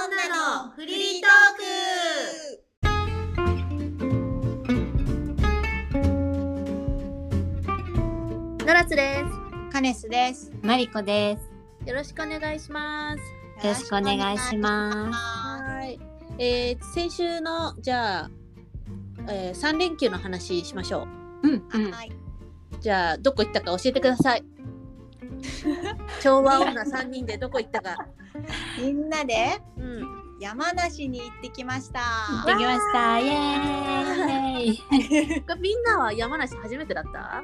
のフリートークノラスでカネスです。マリコです。す。よろしくお願いします。よろしくお願いします。す。はい。えー、先週のじゃあ、えー、3連休の話しましょうんうん。はい。う。じゃあどこ行ったか教えてくださ い。昭和女3人でどこ行ったか。みんなで うん。山梨に行ってきました。できました。イエーイ。みんなは山梨初めてだった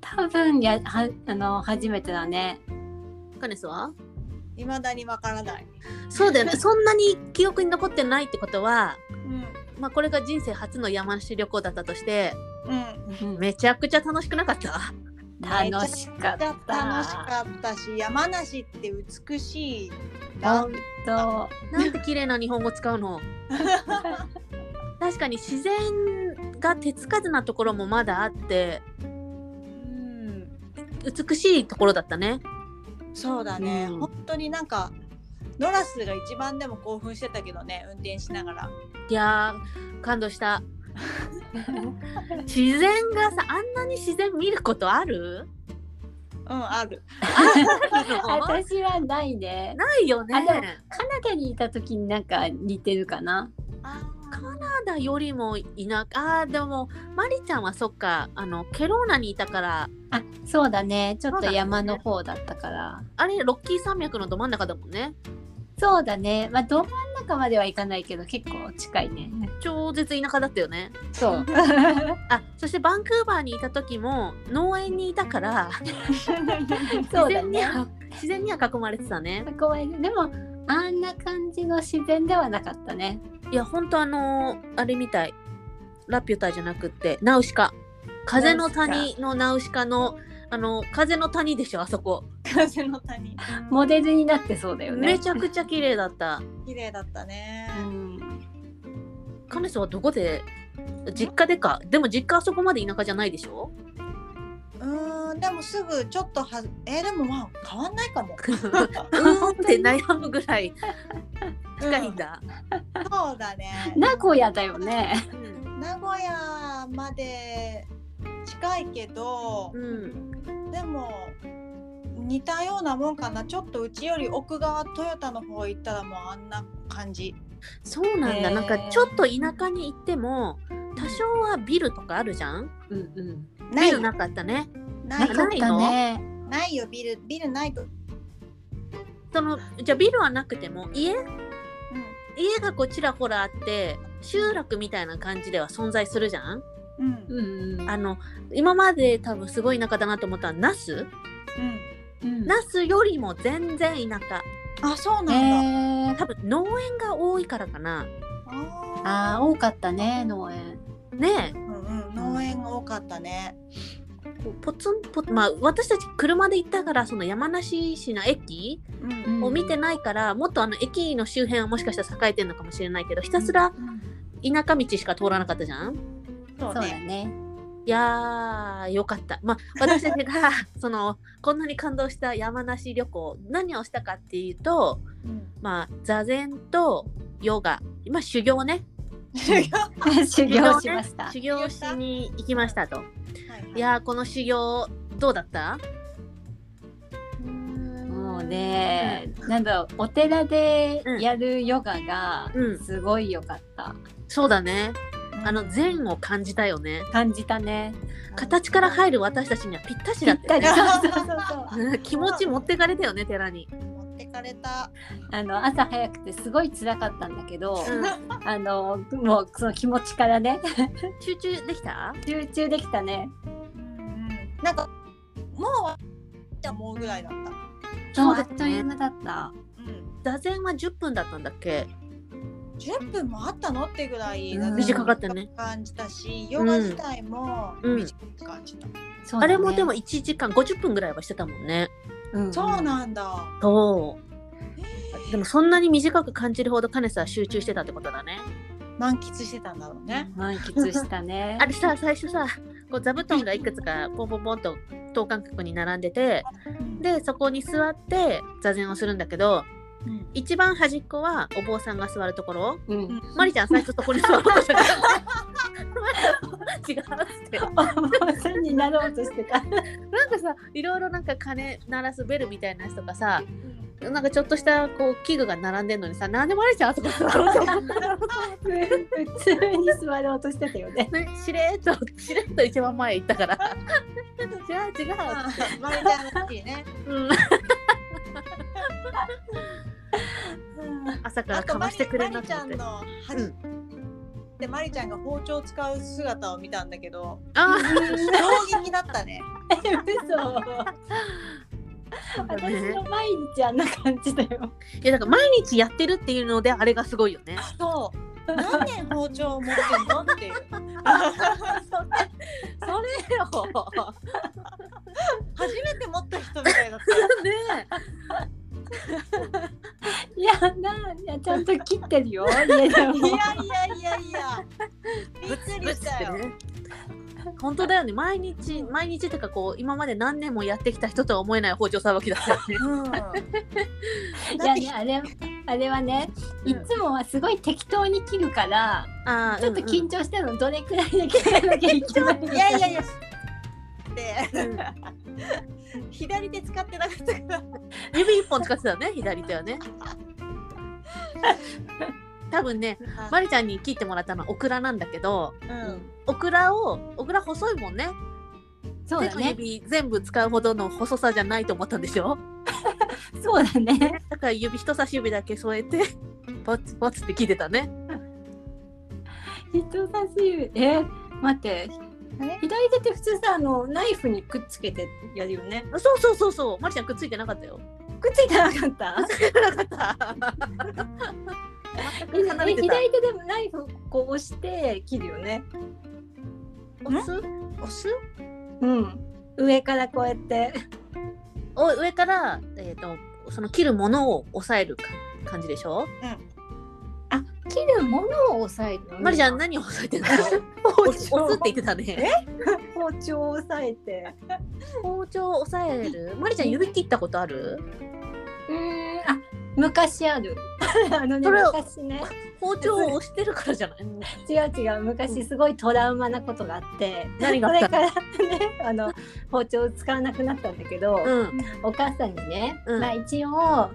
多分やはあの初めてだね。カネスは未だにわからない。そうだよね。 そんなに記憶に残ってないってことは、うん。まあこれが人生初の山梨旅行だったとして、うん。うんめちゃくちゃ楽しくなかった。 楽しかった。楽しかったし、山梨って美しいな。本当。なんて綺麗な日本語使う の確かに自然が手つかずなところもまだあってうん。美しいところだったねそうだね。うん本当になんか。ノラスが一番でも興奮してたけどね、運転しながら。いやー感動した 自然がさあんなに自然見ることある うん、ある。な私はないね。いよあでもねカナダにいた時になんか似てるかな。あ カナダよりも田舎あーでもマリちゃんはそっかあのケローナにいたからあそうだね。ちょっそうとだね山の方だったから。あれロッキー山脈のど真ん中だもんねそうだね。まあど真ん中まではいかないけど結構近いね。超絶田舎だったよねそう。 あそしてバンクーバーにいた時も農園にいたから そ自うだ然にね。は自然には囲まれてたね公園でもあんな感じの自然ではなかったね。いやほんとあのーあれみたいラピュタじゃなくってナウシカ風の谷のナウシカのあの風の谷でしょあそこ、風の谷。モデルになってそうだよね。めちゃくちゃ綺麗だった綺麗だったね。うん彼女はどこで実家でかでも実家あそこまで田舎じゃないでしょうーん、でもすぐちょっとはず、えーでもまあ変わんないかも。うーんって悩むぐらい近いんだ、うんそうだね。名古屋だよね。うん名古屋まで近いけど、うん、でも似たようなもんかな。ちょっとうちより奥側トヨタの方行ったらもうあんな感じ。そうなんだ、へーなんかちょっと田舎に行っても多少はビルとかあるじゃんうんうん。なビいルよなかったねないなよかっったね。ないよビルビルないと。うんそのじゃあビルはなくても家家がこうちらほらあって集落みたいな感じでは存在するじゃんうんうんうん。あの今まで多分すごい田舎だなと思ったのは那須うん。うん那須よりも全然田舎あ、そうなんだ。えー多分農園が多いからかなああー多かったね農園。ねーうんうん。農園が多かったね。えこうポツンポツまあ私たち車で行ったからその山梨市の駅うん。うんを見てないから、もっとあの駅の周辺はもしかしたら栄えてるのかもしれないけどひたすら田舎道しか通らなかったじゃんそそううだね。ね。 いやーよかった。まあ私たちがそのこんなに感動した山梨旅行何をしたかっていうとうんまあ座禅とヨガまあ修行ね 修行しましねた。修行しに行きましたと。はいいやーこの修行どうだったもうね、なんだろうお寺でやるヨガがうんすごい良かった。そうだねあの全禅を感じたよね。感じたね。形から入る私たちにはぴったしぴだっったたよ り。ね。そうそうそうそう。気持ち持ってかれたよね寺に。持ってかれた。あの朝早くてすごい辛かったんだけど、うんあのもうその気持ちからね集中できた集中できたね。なんかもうじゃもうぐらいだった。そうあだっという間だった。うん。座禅は10分だったんだっけ10分もあったのってぐらい、うん短かったね。感じたし、ヨガ自体もうん短く感じた。そうあだねれもでも、1時間50分ぐらいはしてたもんね。うんそうなんだ。そう。でもそんなに短く感じるほどカネスは集中してたってことだね。満喫してたんだろうね。満喫したねあ。れさ最初さこう座布団がいくつかポンポンポンと等間隔に並んでてでそこに座って座禅をするんだけどうん一番端っこはお坊さんが座るところうん。マリちゃん最初そこに座ろうとしたけど違うっつってお坊さんになろうとしてた。なんかさいろいろなんか鐘鳴らすベルみたいなやつとかさなんかちょっとしたこう器具が並んでんのにさなんでマリちゃんあそこ座ろうと思ったの普通に座ろうとしてたよね。ね、しれっと、しれっと一番前行ったから。 じゃあ違う。あーマリちゃんらしいね。うん、朝からあかとまマしてリくれマんなリとちゃ思っんて。のはじ、でマリちゃんが包丁を使う姿を見たんだ けど、あ衝撃だったね。え、 嘘。あ、 私ねの。毎日あんな感じだよ。いや、だから毎日やってるっていうので、あれがすごいよね。 そう。何年包丁を持ってんのっていう。それよ。初めて持った人みたいだっねいや、なん、いや、ちゃんと切ってるよ。家でた。も。い やいやいやいや。びっくえ。ぶりっつしったてよ。ね。本当だよね。毎日、毎日ってか、こう、今まで何年もやってきた人とは思えない包丁さばきだったよ ね。うん。いやね、あれ、あれはね、うんいつもはすごい適当に切るから、ああ、ちょっと緊張したの、どれくらいで切らなきゃいけないのか。いやいやいや。でうんうん左手使ってなかったから。指一本使ってたよね、左手はね。多分ね、マリちゃんに切ってもらったのはオクラなんだけどうん。オクラをオクラ細いもんね そうだ手のね。指全部使うほどの細さじゃないと思ったんでしょそうだね。だから指人差し指だけ添えてポツポツって切ってたね人差し指え待ってえ左手って普通さあのナイフにくっつけてやるよねそうそうそうそうマリちゃんくっついてなかった よくっついてなかったなかった全く離れ左てた手でもナイフこう押して切るよね押す押すうん上からこうやってお上から、えー、とその切るものを押さえるか感じでしょ、あ切るものを押さえるのマリちゃん何を押さえてんの包押す押すって言ってたね包丁を押さえて包丁を押さえるマリちゃん指切ったことあるうーんあ昔ある あのねそれを昔ね包丁を押してるからじゃない違う違う昔すごいトラウマなことがあって何がそあっれたかのらね あの包丁を使わなくなったんだけど、うんお母さんにね、うんまあ一応、う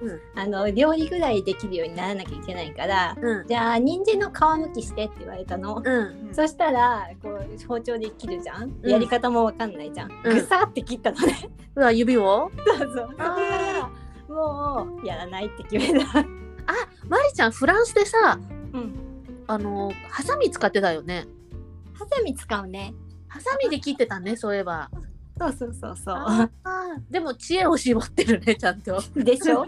んあの料理ぐらいできるようにならなきゃいけないからうんじゃあ人参の皮むきしてって言われたの、うんそしたらこう包丁で切るじゃんうんやり方もわかんないじゃん、うんぐさって切ったの ねうわ指をそうそうだあからもうやらないって決めた、マリちゃんフランスでさうん、あのハサミ使ってたよねハサミ使うねハサミで切ってたねそういえばそうそうそうそあでも知恵を絞ってるねちゃんとうでし ょ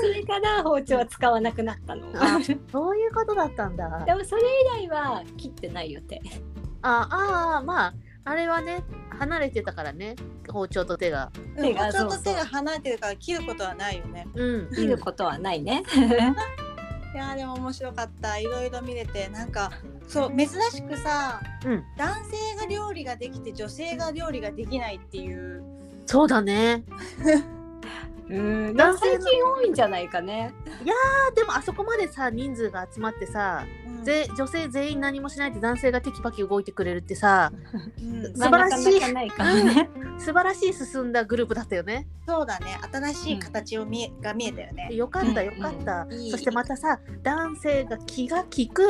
それから包丁は使わなくなったのあそういうことだったんだでもそれ以来は切ってない予定ああーまああれはね離れてたからね包丁と手がうん。手がもうちょっとそうそう手が離れてるから切ることはないよね。うん切ることはないねいやーでも面白かった。いろいろ見れてなんかそう珍しくさ、うん男性が料理ができて女性が料理ができないっていう。そうだねうん、男性最の近多いんじゃないかね。あでもあそこまでさ人数が集まってさうんぜ女性全員何もしないで男性がテキパキ動いてくれるってさうん素晴らしいまあなかなかないからね。素晴らしい進んだグループだったよねそうだね。新しい形を見え、が見えたよね。よかったうんようんかった、いいそしてまたさ男性が気が利く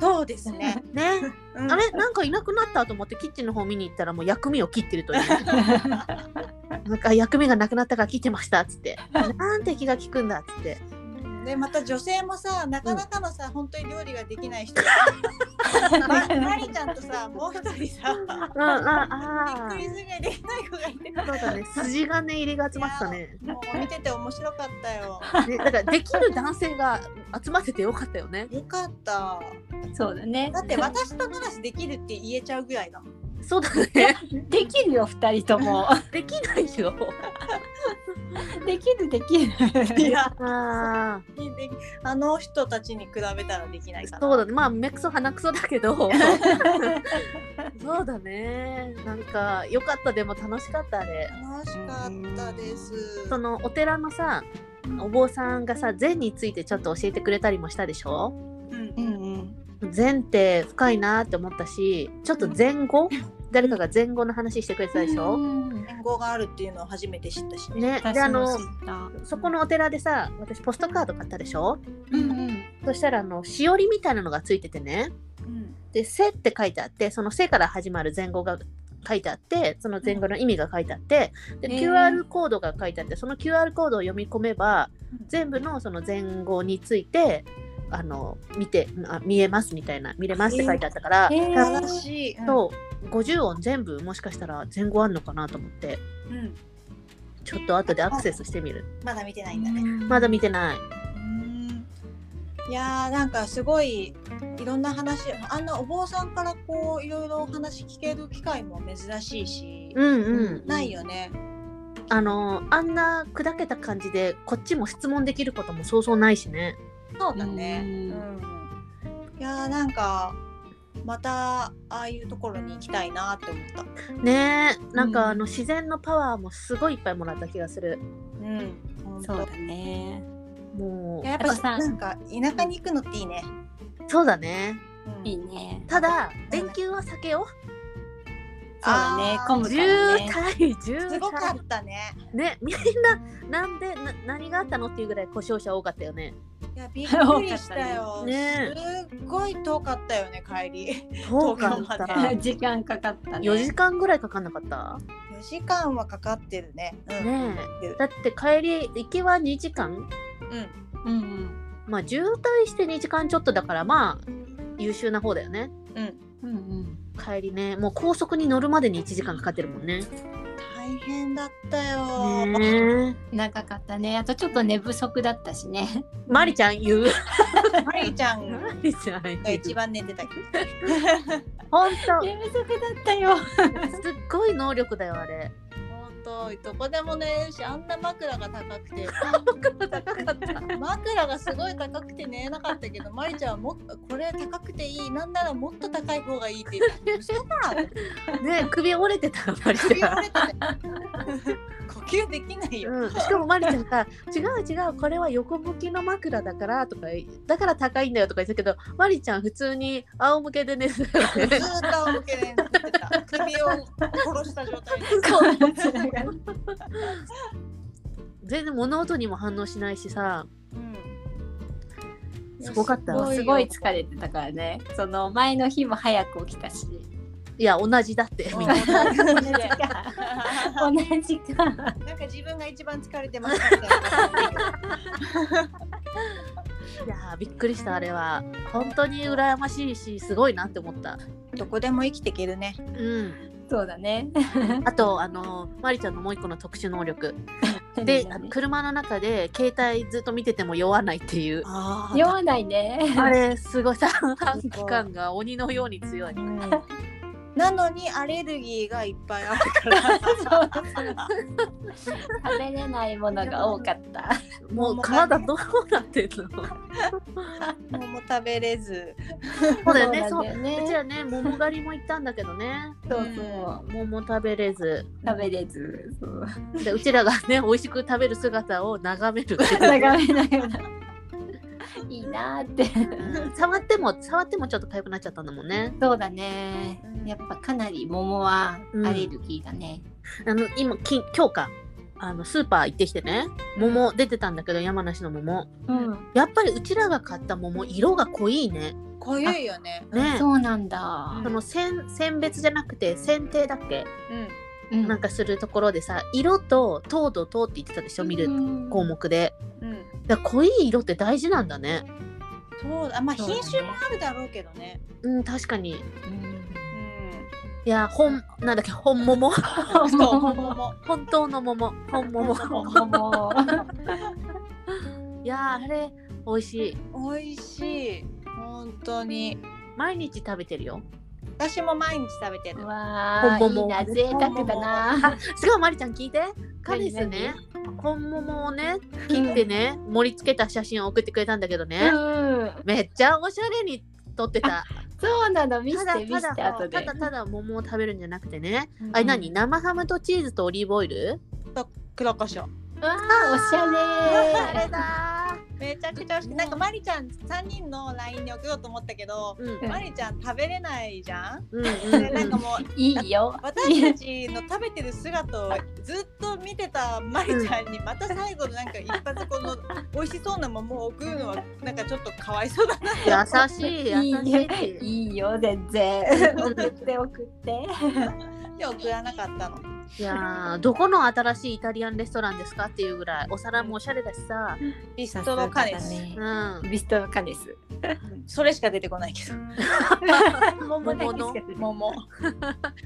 そうですね。ね、 うんあれなんかいなくなったと思ってキッチンの方見に行ったらもう薬味を切ってるというなんか薬味がなくなったから切ってましたっつ ってなんて気が利くんだっつってでまた女性もさなかなかのさ、本当に料理ができない人がまマリちゃんとさもう一人さうんああびっくりするぐらいできない子がいてそうだね筋金入りが集まってたねもう見てて面白かったよ。ねだからできる男性が集まっててよかったよねよかった。そうだねだ。って私とノラスできるって言えちゃうぐらいだもん。そうだね。 できるよ二人とも できないよ。できるでき いるやああ。であの人たちに比べたらできないかなそうだね。まあ、目くそ鼻くそだけ ど。そうだね。なんか、よかった。でも楽しかった、あれ。楽しかったですそのお寺のさ、お坊さんがさ、禅についてちょっと教えてくれたりもしたでしょうんうんうん禅って深いなって思ったし、ちょっと前後誰かが前後の話してくれてたでしょ、うん言語があるっていうのを初めて知ったしね。で、あ私もの知、ったそこのお寺でさ、私ポストカード買ったでしょうんうんそしたら、あの、しおりみたいなのがついててね。うんで「せ」って書いてあってその「せ」から始まる前後が書いてあってその前後の意味が書いてあって、でへー QR コードが書いてあってその QR コードを読み込めば全部のその前後についてあの見てあ見えますみたいな見れますって書いてあったから、へー多素晴分らしい、うんそう50音全部もしかしたら前後あんのかなと思ってうんちょっと後でアクセスしてみるまだ見てないんだねまだ見てないうんいやーなんかすごいいろんな話あんなお坊さんからこういろいろお話聞ける機会も珍しいし、うんうん、ないよね。あのあんな砕けた感じでこっちも質問できることもそうそうないしねそうだね。ううんん。いやーなんかまたああいうところに行きたいなって思った。ねえなんうんかあの自然のパワーもすごいいっぱいもらった気がするうん。ほんとそうだねもいうややっやぱっぱなさんか田舎に行くのっていいね。そうだねうんいいねただ連休は避けよそうだねあー混うむ渋からね滞渋滞すごかったね。ねみんななんでな何があったのっていうぐらい故障者多かったよねいやびっくりしたよ。多かったねすっごい遠かったよね帰り。遠かっ遠かったた時間かかったね4時間ぐらいかかんなかった4時間はかかってるね。うん、ねえだって帰り行きは2時間うん。うんうんまあ渋滞して2時間ちょっとだからまあ優秀な方だよねうん。うんうん帰りねもう高速に乗るまでに1時間かかってるもんね大変だったよ。ねえ長かったねあとちょっと寝不足だったしねマリちゃん言う。マリちゃんマリちゃんが言う一。番寝てたけど。本寝不足だったよ当。すっごい能力だよあれ。本当どこでも寝れるしあんな枕が高くて高かった。枕がすごい高くて寝れなかったけどまりちゃんはもっとこれ高くていいなんならもっと高い方がいいって言って嘘だってね首折れてたマリち言ゃわん。れてたよ呼吸できないよ、うん、しかもマリちゃんが「違う違うこれは横向きの枕だから」とか「だから高いんだよ」とか言ってたけどマリちゃん普通に仰向けで寝てたよずね。 ーっと仰向けで寝てた首を殺した状態でそうなんですよ 全然物音にも反応しないしさうんすごかったやすごい疲れてたからねその前の日も早く起きたしいや同じだってよみたいな。うん同じか同じか なんか自分が一番疲れてましたみたいないやーびっくりしたあれは本当に羨ましいしすごいなって思った。 どこでも生きていけるねうんそうだねあとあのマリちゃんのもう一個の特殊能力 であの車の中で携帯ずっと見てても酔わないっていうあ酔わないねあれすごい三 半規管が鬼のように強いうん なのにアレルギーがいっぱいあるから。食べれないものが多かったもう体どうなってんのそ桃も食べれず。うだよねそそううなんだうよちねらね桃狩りも行ったんだけどねそうそう桃食べれず食べれずそうでうちらがね美味しく食べる姿を眺めるっていう眺めながら いいなーってうん触っても触ってもちょっと痒くなっちゃったんだもんねそうだねやっぱかなり桃はアレルギーだね、あの今き今日かあのスーパー行ってきてね桃出てたんだけど山梨の桃うんやっぱりうちらが買った桃色が濃いね。濃ゆいよね。ねそうなんだその選選別じゃなくて選定だっけ、うんなんかするところでさ色と糖度糖って言ってたでしょ見るうん項目でうん。うん。だから濃い色って大事なんだねそうだ。まあそうだね品種もあるだろうけどね。うん確かにううんいや本なんだっけ本桃 ん。 そう、桃も。本当の桃本桃 桃いやーあれ美味しい美味しい。本当に。毎日食べてるよ私も毎日食べてる。わほーんいぼいもな贅沢だなしかもまりちゃん聞いてカリス何ね本桃をね切ってね盛り付けた写真を送ってくれたんだけどうね、んめっちゃおしゃれに撮ってたそうなの見せただて見せてただ後たでだただ桃を食べるんじゃなくてね、うんあれ何生ハムとチーズとオリーブオイル黒胡椒。うわーおしあゃれれだめちゃくちゃ美味しくなんかまりちゃん3人の LINE に送ろうと思ったけど、うんまりちゃん食べれないじゃん。うんうんでなんかもう いいよ私たちの食べてる姿をずっと見てたまりちゃんにまた最後のなんか一発この美味しそうな桃を送るのはなんかちょっとかわいそうだな優しい優いいしいっていういいよ全 然送って送ってって送らなかったの。いやーどこの新しいイタリアンレストランですかっていうぐらいお皿もおしゃれだしさ、ビストロカレーさすがだねうん、ビストロカネスそれしか出てこないけど。 桃だけしか出てこな い桃。い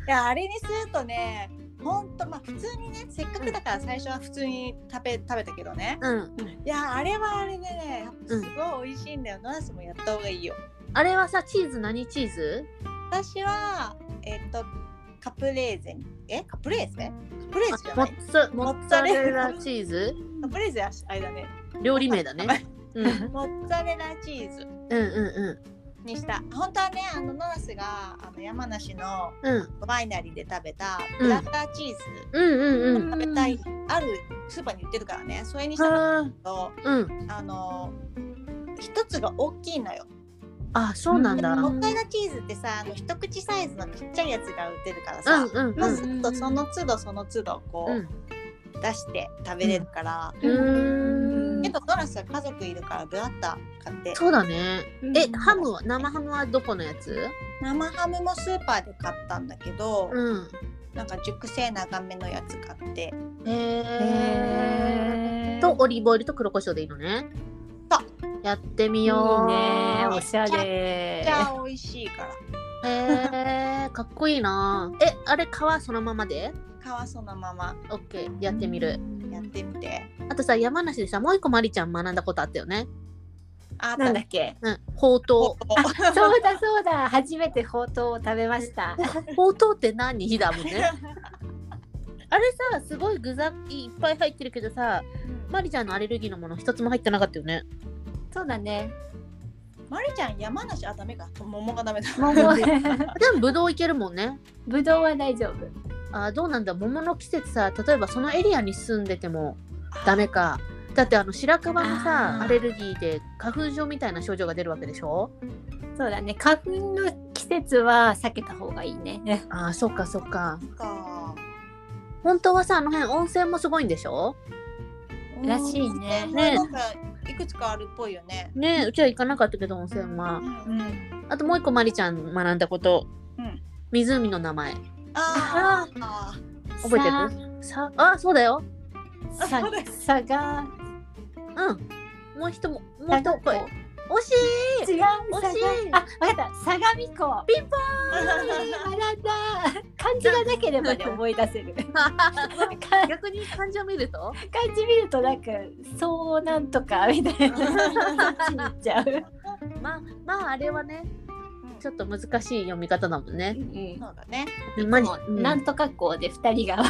やあれにするとね、本当まあ普通にね、せっかくだから最初は普通に食べ食べたけどね。うん、いやあれはあれでね、やっぱうんすごい美味しいんだよ。ナースもやった方がいいよ。あれはさチーズ何チーズ私はえっとカプレーゼにえカプレーゼ？カプレーゼじゃモない。ッツァモッツァレラチーズカプレーゼはあれだね。料理名だね、うん、うんモッツァレラチーズうにした。本当はね、あのナースがあの山梨のんうんうんワイナリーで食べたうんブラッターチーズ。うんうんうん食べたいあるスーパーに売ってるからねそれにしたんだあけどーうんあの一つが大きいのよあそうなんだううんん北海道チーズってさあの一口サイズのちっちゃいやつが売ってるからさ、うんまうあんずっとその都度その都度こう、うん出して食べれるから、うーんけどドラスは家族いるからブラッタ買ってそうだねえハムをは生ハムはどこのやつ生ハムもスーパーで買ったんだけど、うんなんか熟成長めのやつ買ってへえとオリーブオイルと黒胡椒でいいのねそうやってみいいようねおしゃめれっちゃ美味しいからへえかっこいいなえあれ皮そのままで皮そのままオッケーやってみるやってみて、あとさ山梨でさもう一個まりちゃん学んだことあったよねあなんだっけうんほうとおお そうだそうだ初めてほうとうを食べましたうほうとうって何だもん ねあれさすごい具材いっぱい入ってるけどさまりちゃんのアレルギーのもの一つも入ってなかったよねそうだねまりちゃん山梨あダメか桃がダメだ 桃 でもぶどういけるもんねぶどうは大丈夫あーどうなんだ桃の季節さ例えばそのエリアに住んでてもダメかだってあの白樺のあさーアレルギーで花粉症みたいな症状が出るわけでしょそうだね花粉の季節は避けた方がいい ねああそっかそっかか本当はさあの辺温泉もすごいんでしょらしいねねなんかいくつかあるっぽいよねねえうちは行かなかったけど温泉はうんあともう一個まりちゃん学んだこと、うん湖の名前あーあ覚えてるさあそうだよささそうだよさがうんもう一ももう一声惜し違う惜さしいがあわかった相模湖ピンー学んだ漢字がなければね思い出 せるい漢逆に漢字を見ると 字見るとなんかそうなんとかみたいなそっちに行っちゃう、まあまああれはねちょっと難しい読み方だもんねう。ん そうだねマリうん、なんとか校で二人が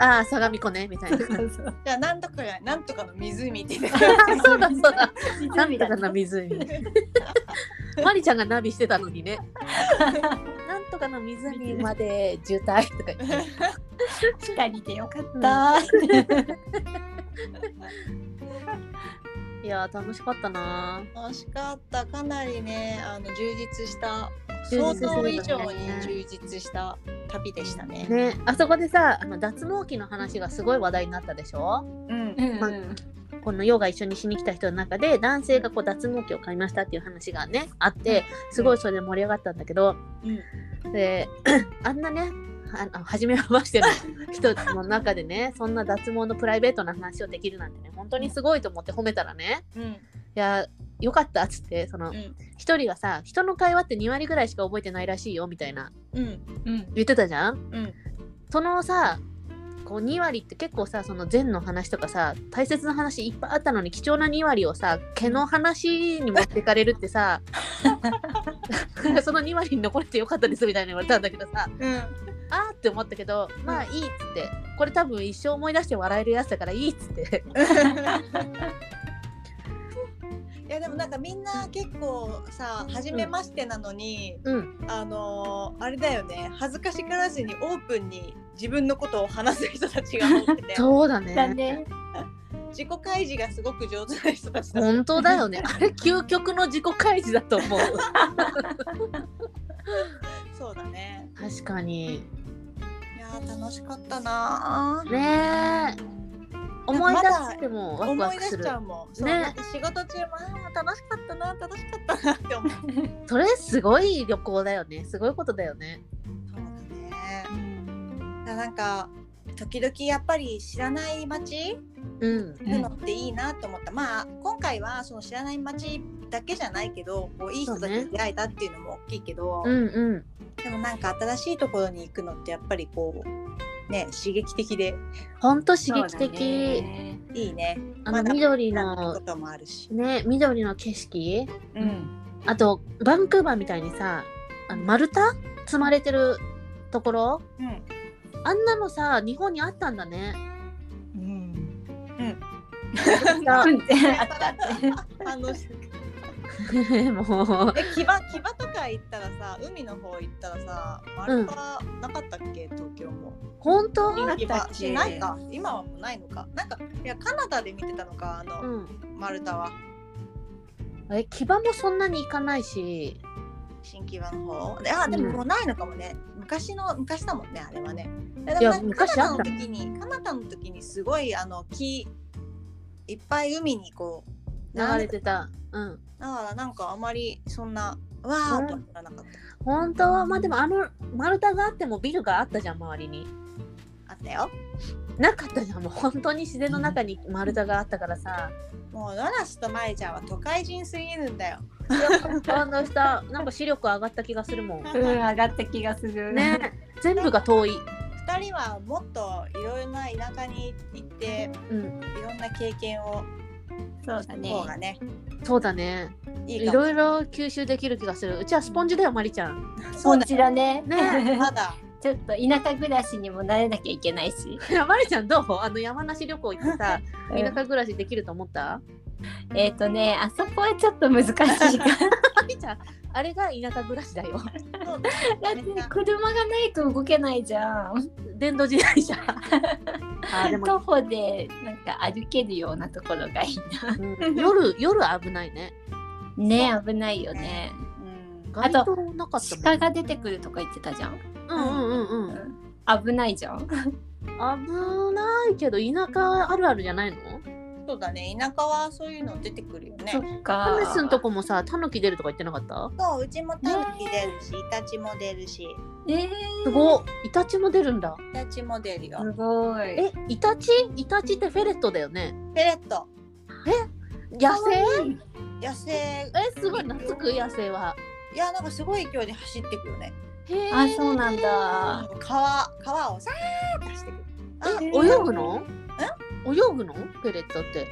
ああ相模湖ねみ たいな。じゃあなんとかがなんとかの湖って言ってそうだそうだ。なん湖とだかなね湖。マリちゃんがナビしてたのにね。なんとかの湖まで渋滞とか言って。二人でよか った、いやー楽しかったな楽しかったかなりねあの充実した充想実する像よね以上に充実した旅でしたねー。ね、あそこでさあの脱毛器の話がすごい話題になったでしょうんうんまこのヨガ一緒にしに来た人の中で男性がこう脱毛器を買いましたっていう話がねあってすごいそれで盛り上がったんだけど、で あんなねあの初めましての人の中でねそんな脱毛のプライベートな話をできるなんてね本当にすごいと思って褒めたらねうんいやよかったっつってそのうん一人がさ人の会話って2割ぐらいしか覚えてないらしいよみたいなうんうん言ってたじゃんうんそのさこう2割って結構さその善の話とかさ大切な話いっぱいあったのに貴重な2割をさ毛の話に持ってかれるってさその2割に残れてよかったですみたいに言われたんだけどさうんあーって思ったけどまあいいっつってこれ多分一生思い出して笑えるやつだからいいっつっていやでもなんかみんな結構さ初めましてなのに、うんあのーあれだよね恥ずかしがらずにオープンに自分のことを話す人たちが多く てそうだだねね。自己開示がすごく上手な人たちだ本当だよねあれ究極の自己開示だと思うそうだね確かにいやー楽しかったなーねえ思い出してもワクワ思いク出すしるちゃうもんそうねなんか仕事中もあー楽しかったな楽しかったなって思う そうそれすごい旅行だよねすごいことだよねだねだなんか時々やっぱり知らない街うん行くのっていいなと思った、まあ今回はその知らない街だけじゃないけどこういい人たちに出会えたっていうのも大きいけど、うんうんでもなんか新しいところに行くのってやっぱりこうね刺激的でほんと刺激的、いいねあまのだ緑なんのてこともあるし、ね緑の景色うん、あとバンクーバーみたいにさあの丸太積まれてるところうんあんなのさ日本にあったんだ ね。うん、ああったあった。あのえ もう木場木場とか行ったらさ海の方行ったらさ丸太なかったっけ、東京も本当、あったっ木け場しないか今はもうないのかなんかいやカナダで見てたのかあうのん、丸太はえ牙もそんなに行かないし新木場の方あでももうないのかもね、昔の昔だもんねあれはねでもいやなんか昔カナあっダたの時にカナダの時にすごいあの木いっぱい海にこう流れてた。うんだからなんかあまりそんなわーっとはならなかっ本当はまあでもあの丸太があってもビルがあったじゃん周りにたあったよなかったじゃんもう本当に自然の中に丸太があったからさもうノラスとマリちゃんは都会人すぎるんだよあの下なんか視力上がった気がするもんうん、上がった気がする。ね。全部が遠い、 2人はもっといろいろな田舎に行ってうん、いろんな経験をそうだね。方がねそうだねいいいかもろいろ吸収できる気がするうちはスポンジだよまりちゃんそこうだちらね。 ねまだちょっと田舎暮らしにも慣れなきゃいけないし。まりちゃんどうあの山梨旅行行ってさ田舎暮らしできると思ったえっ、とね、あそこはちょっと難しいかまりちゃんあれが田舎暮らしだよそうだら。だ って車がないと動けないじゃん。電動自転車 あでも、徒歩でなんか歩けるようなところがいいうん夜夜危ないねな。ね、危ないよね。うん街灯なかったもん鹿が出てくるとか言ってたじゃん。うんうんうんうん危ないじゃん。危ないけど田舎あるあるじゃないのそうだね田舎はそういうの出てくるよねそっか。アメスのとこもさタヌキ出るとか言ってなかったそううちもタヌキ出るし、イタチも出るしイえー、すごっイタチも出るんだタチも出るよすごい。えイタチイタチってフェレットだよねフェレット野生野生えすごい懐く野生はいやなんかすごい勢いで走ってくるよねへえあ、そうなんだ。川川をさーって走ってくるあえ泳ぐの泳ぐのフェレットって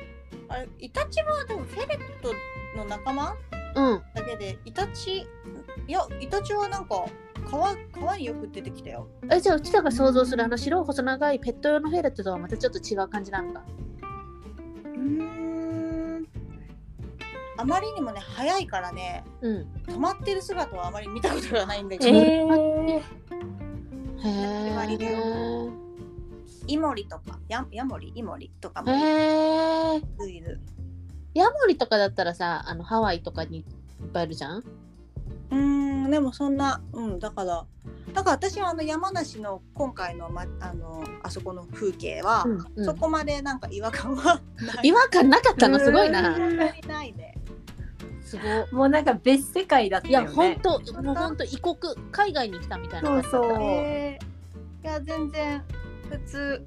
あれイタチはでもフェレットの仲間うんだけでイタチいやイタチはなんか川川によく出てきたよえじゃあうちらが想像するあの白い細長いペット用のフェレットとはまたちょっと違う感じなんだうんあまりにもね早いからねうん止まってる姿はあまり見たことがないんだえけど、ー、へえイモリとかヤヤモリイモリとかへもえいるヤモリとかだったらさあのハワイとかにいっぱいいるじゃんうーんでもそんなうんだからだから私はあの山梨の今回の,、ま、あのあそこの風景は、うんうんそこまでなんか違和感はない違和感なかったのすごいあな。んまりないねすごい。もうなんか別世界だったいや、よね。本当、もう本当異国、海外に来たみたいな感じだっそうそうえーいや全然普通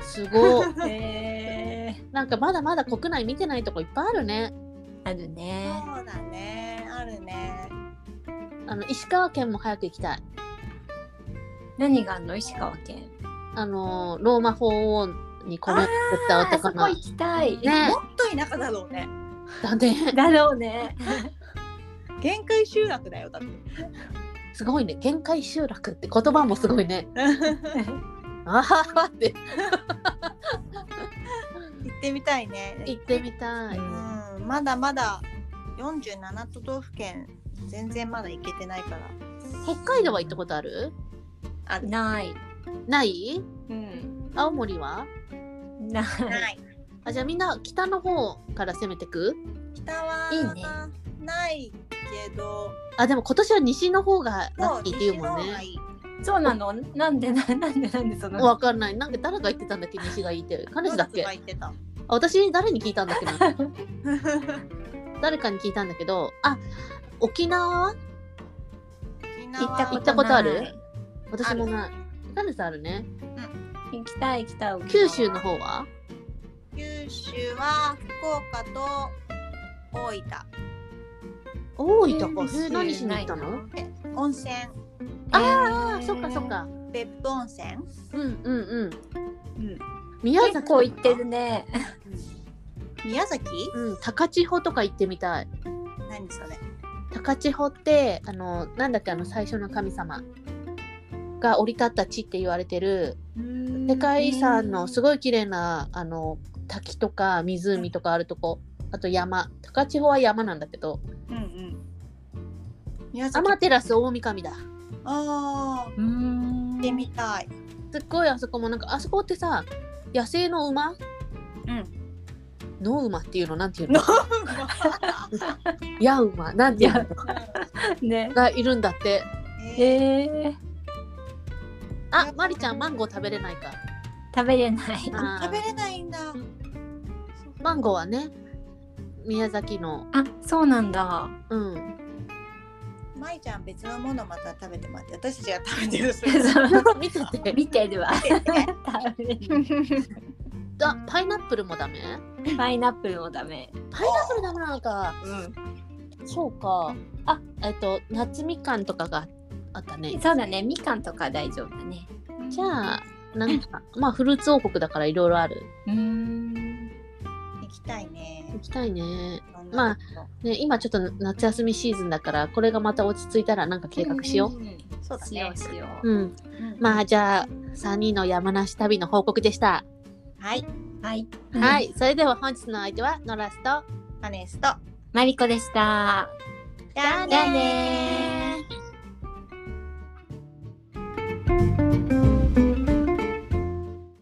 た。すごい。えー、なんかまだまだ国内見てないとこいっぱいあるね。あるね。そうだねあるねあの石川県も早く行きたい。何があんの石川県。あのーローマ法王にこのったあそ男この行。きたい。ねもっと田舎だろうね だね。だろうね。限界集落だよだってすごいね限界集落って言葉もすごいねあははって行ってみたいね行ってみたい、ううんまだまだ47都道府県全然まだ行けてないから北海道は行ったことあるあるない。ないうん。青森は ない。ないあじゃあみんな北の方から攻めてく北はいいねないけどあでも今年は西の方がラそうッキーって言うもん西の方がねいいそうなの。なんでななんでなんでその。わかんないなんか誰が言ってたんだっけ西がいいって彼氏だっけドイツが言ってたあ私誰に聞いたんだっけな誰かに聞いたんだけどあ沖縄は沖行縄ったこと行ったことあなるい？私もない彼氏あるね行きたい行きたい。九州の方は九州は福岡と大分大分か九州え何しに行ったないの温泉ああそっかそっ。か別府温泉うんうんうんうん宮結崎構行ってるね。宮崎うん高千穂とか行ってみたい何それ高千穂ってあのなんだっけあの最初の神様が降り立った地って言われてる世界遺産のすごい綺麗なあの滝とか湖とかあるとこあと山高千穂は山なんだけどうんうん宮崎天照大神だあーうーん行ってみたいすっごいあそこもなんかあそこってさ野生の馬 うん野馬っていうのなんていうのヤ馬なんていうのね。がいるんだってえーえー、あまりちゃんマンゴー食べれないか食べれない。あー食べれないんだマンゴーはね宮崎のあ、そうなんだ。うんまいちゃん別のものまた食べてもらって私たちが食べてるそ見てて見てるわ。れ食べれないあパイナップルもダメパイナップルもダメ。パイナップルダメなのかうんそうかあえっと夏みかんとかがあったねそうだね。みかんとか大丈夫だね。 じゃあなんかまあフルーツ王国だからいろいろあるうーん。行きたいね行きたいねいろんなとこね今ちょっと夏休みシーズンだからこれがまた落ち着いたらなんか計画しようん。そうだしねようしようう。うんうんまあじゃあ3人の山梨旅の報告でした、はいはい。は。いそれでは本日のお相手はノラスとアネストマリコでした。じゃあじゃあねね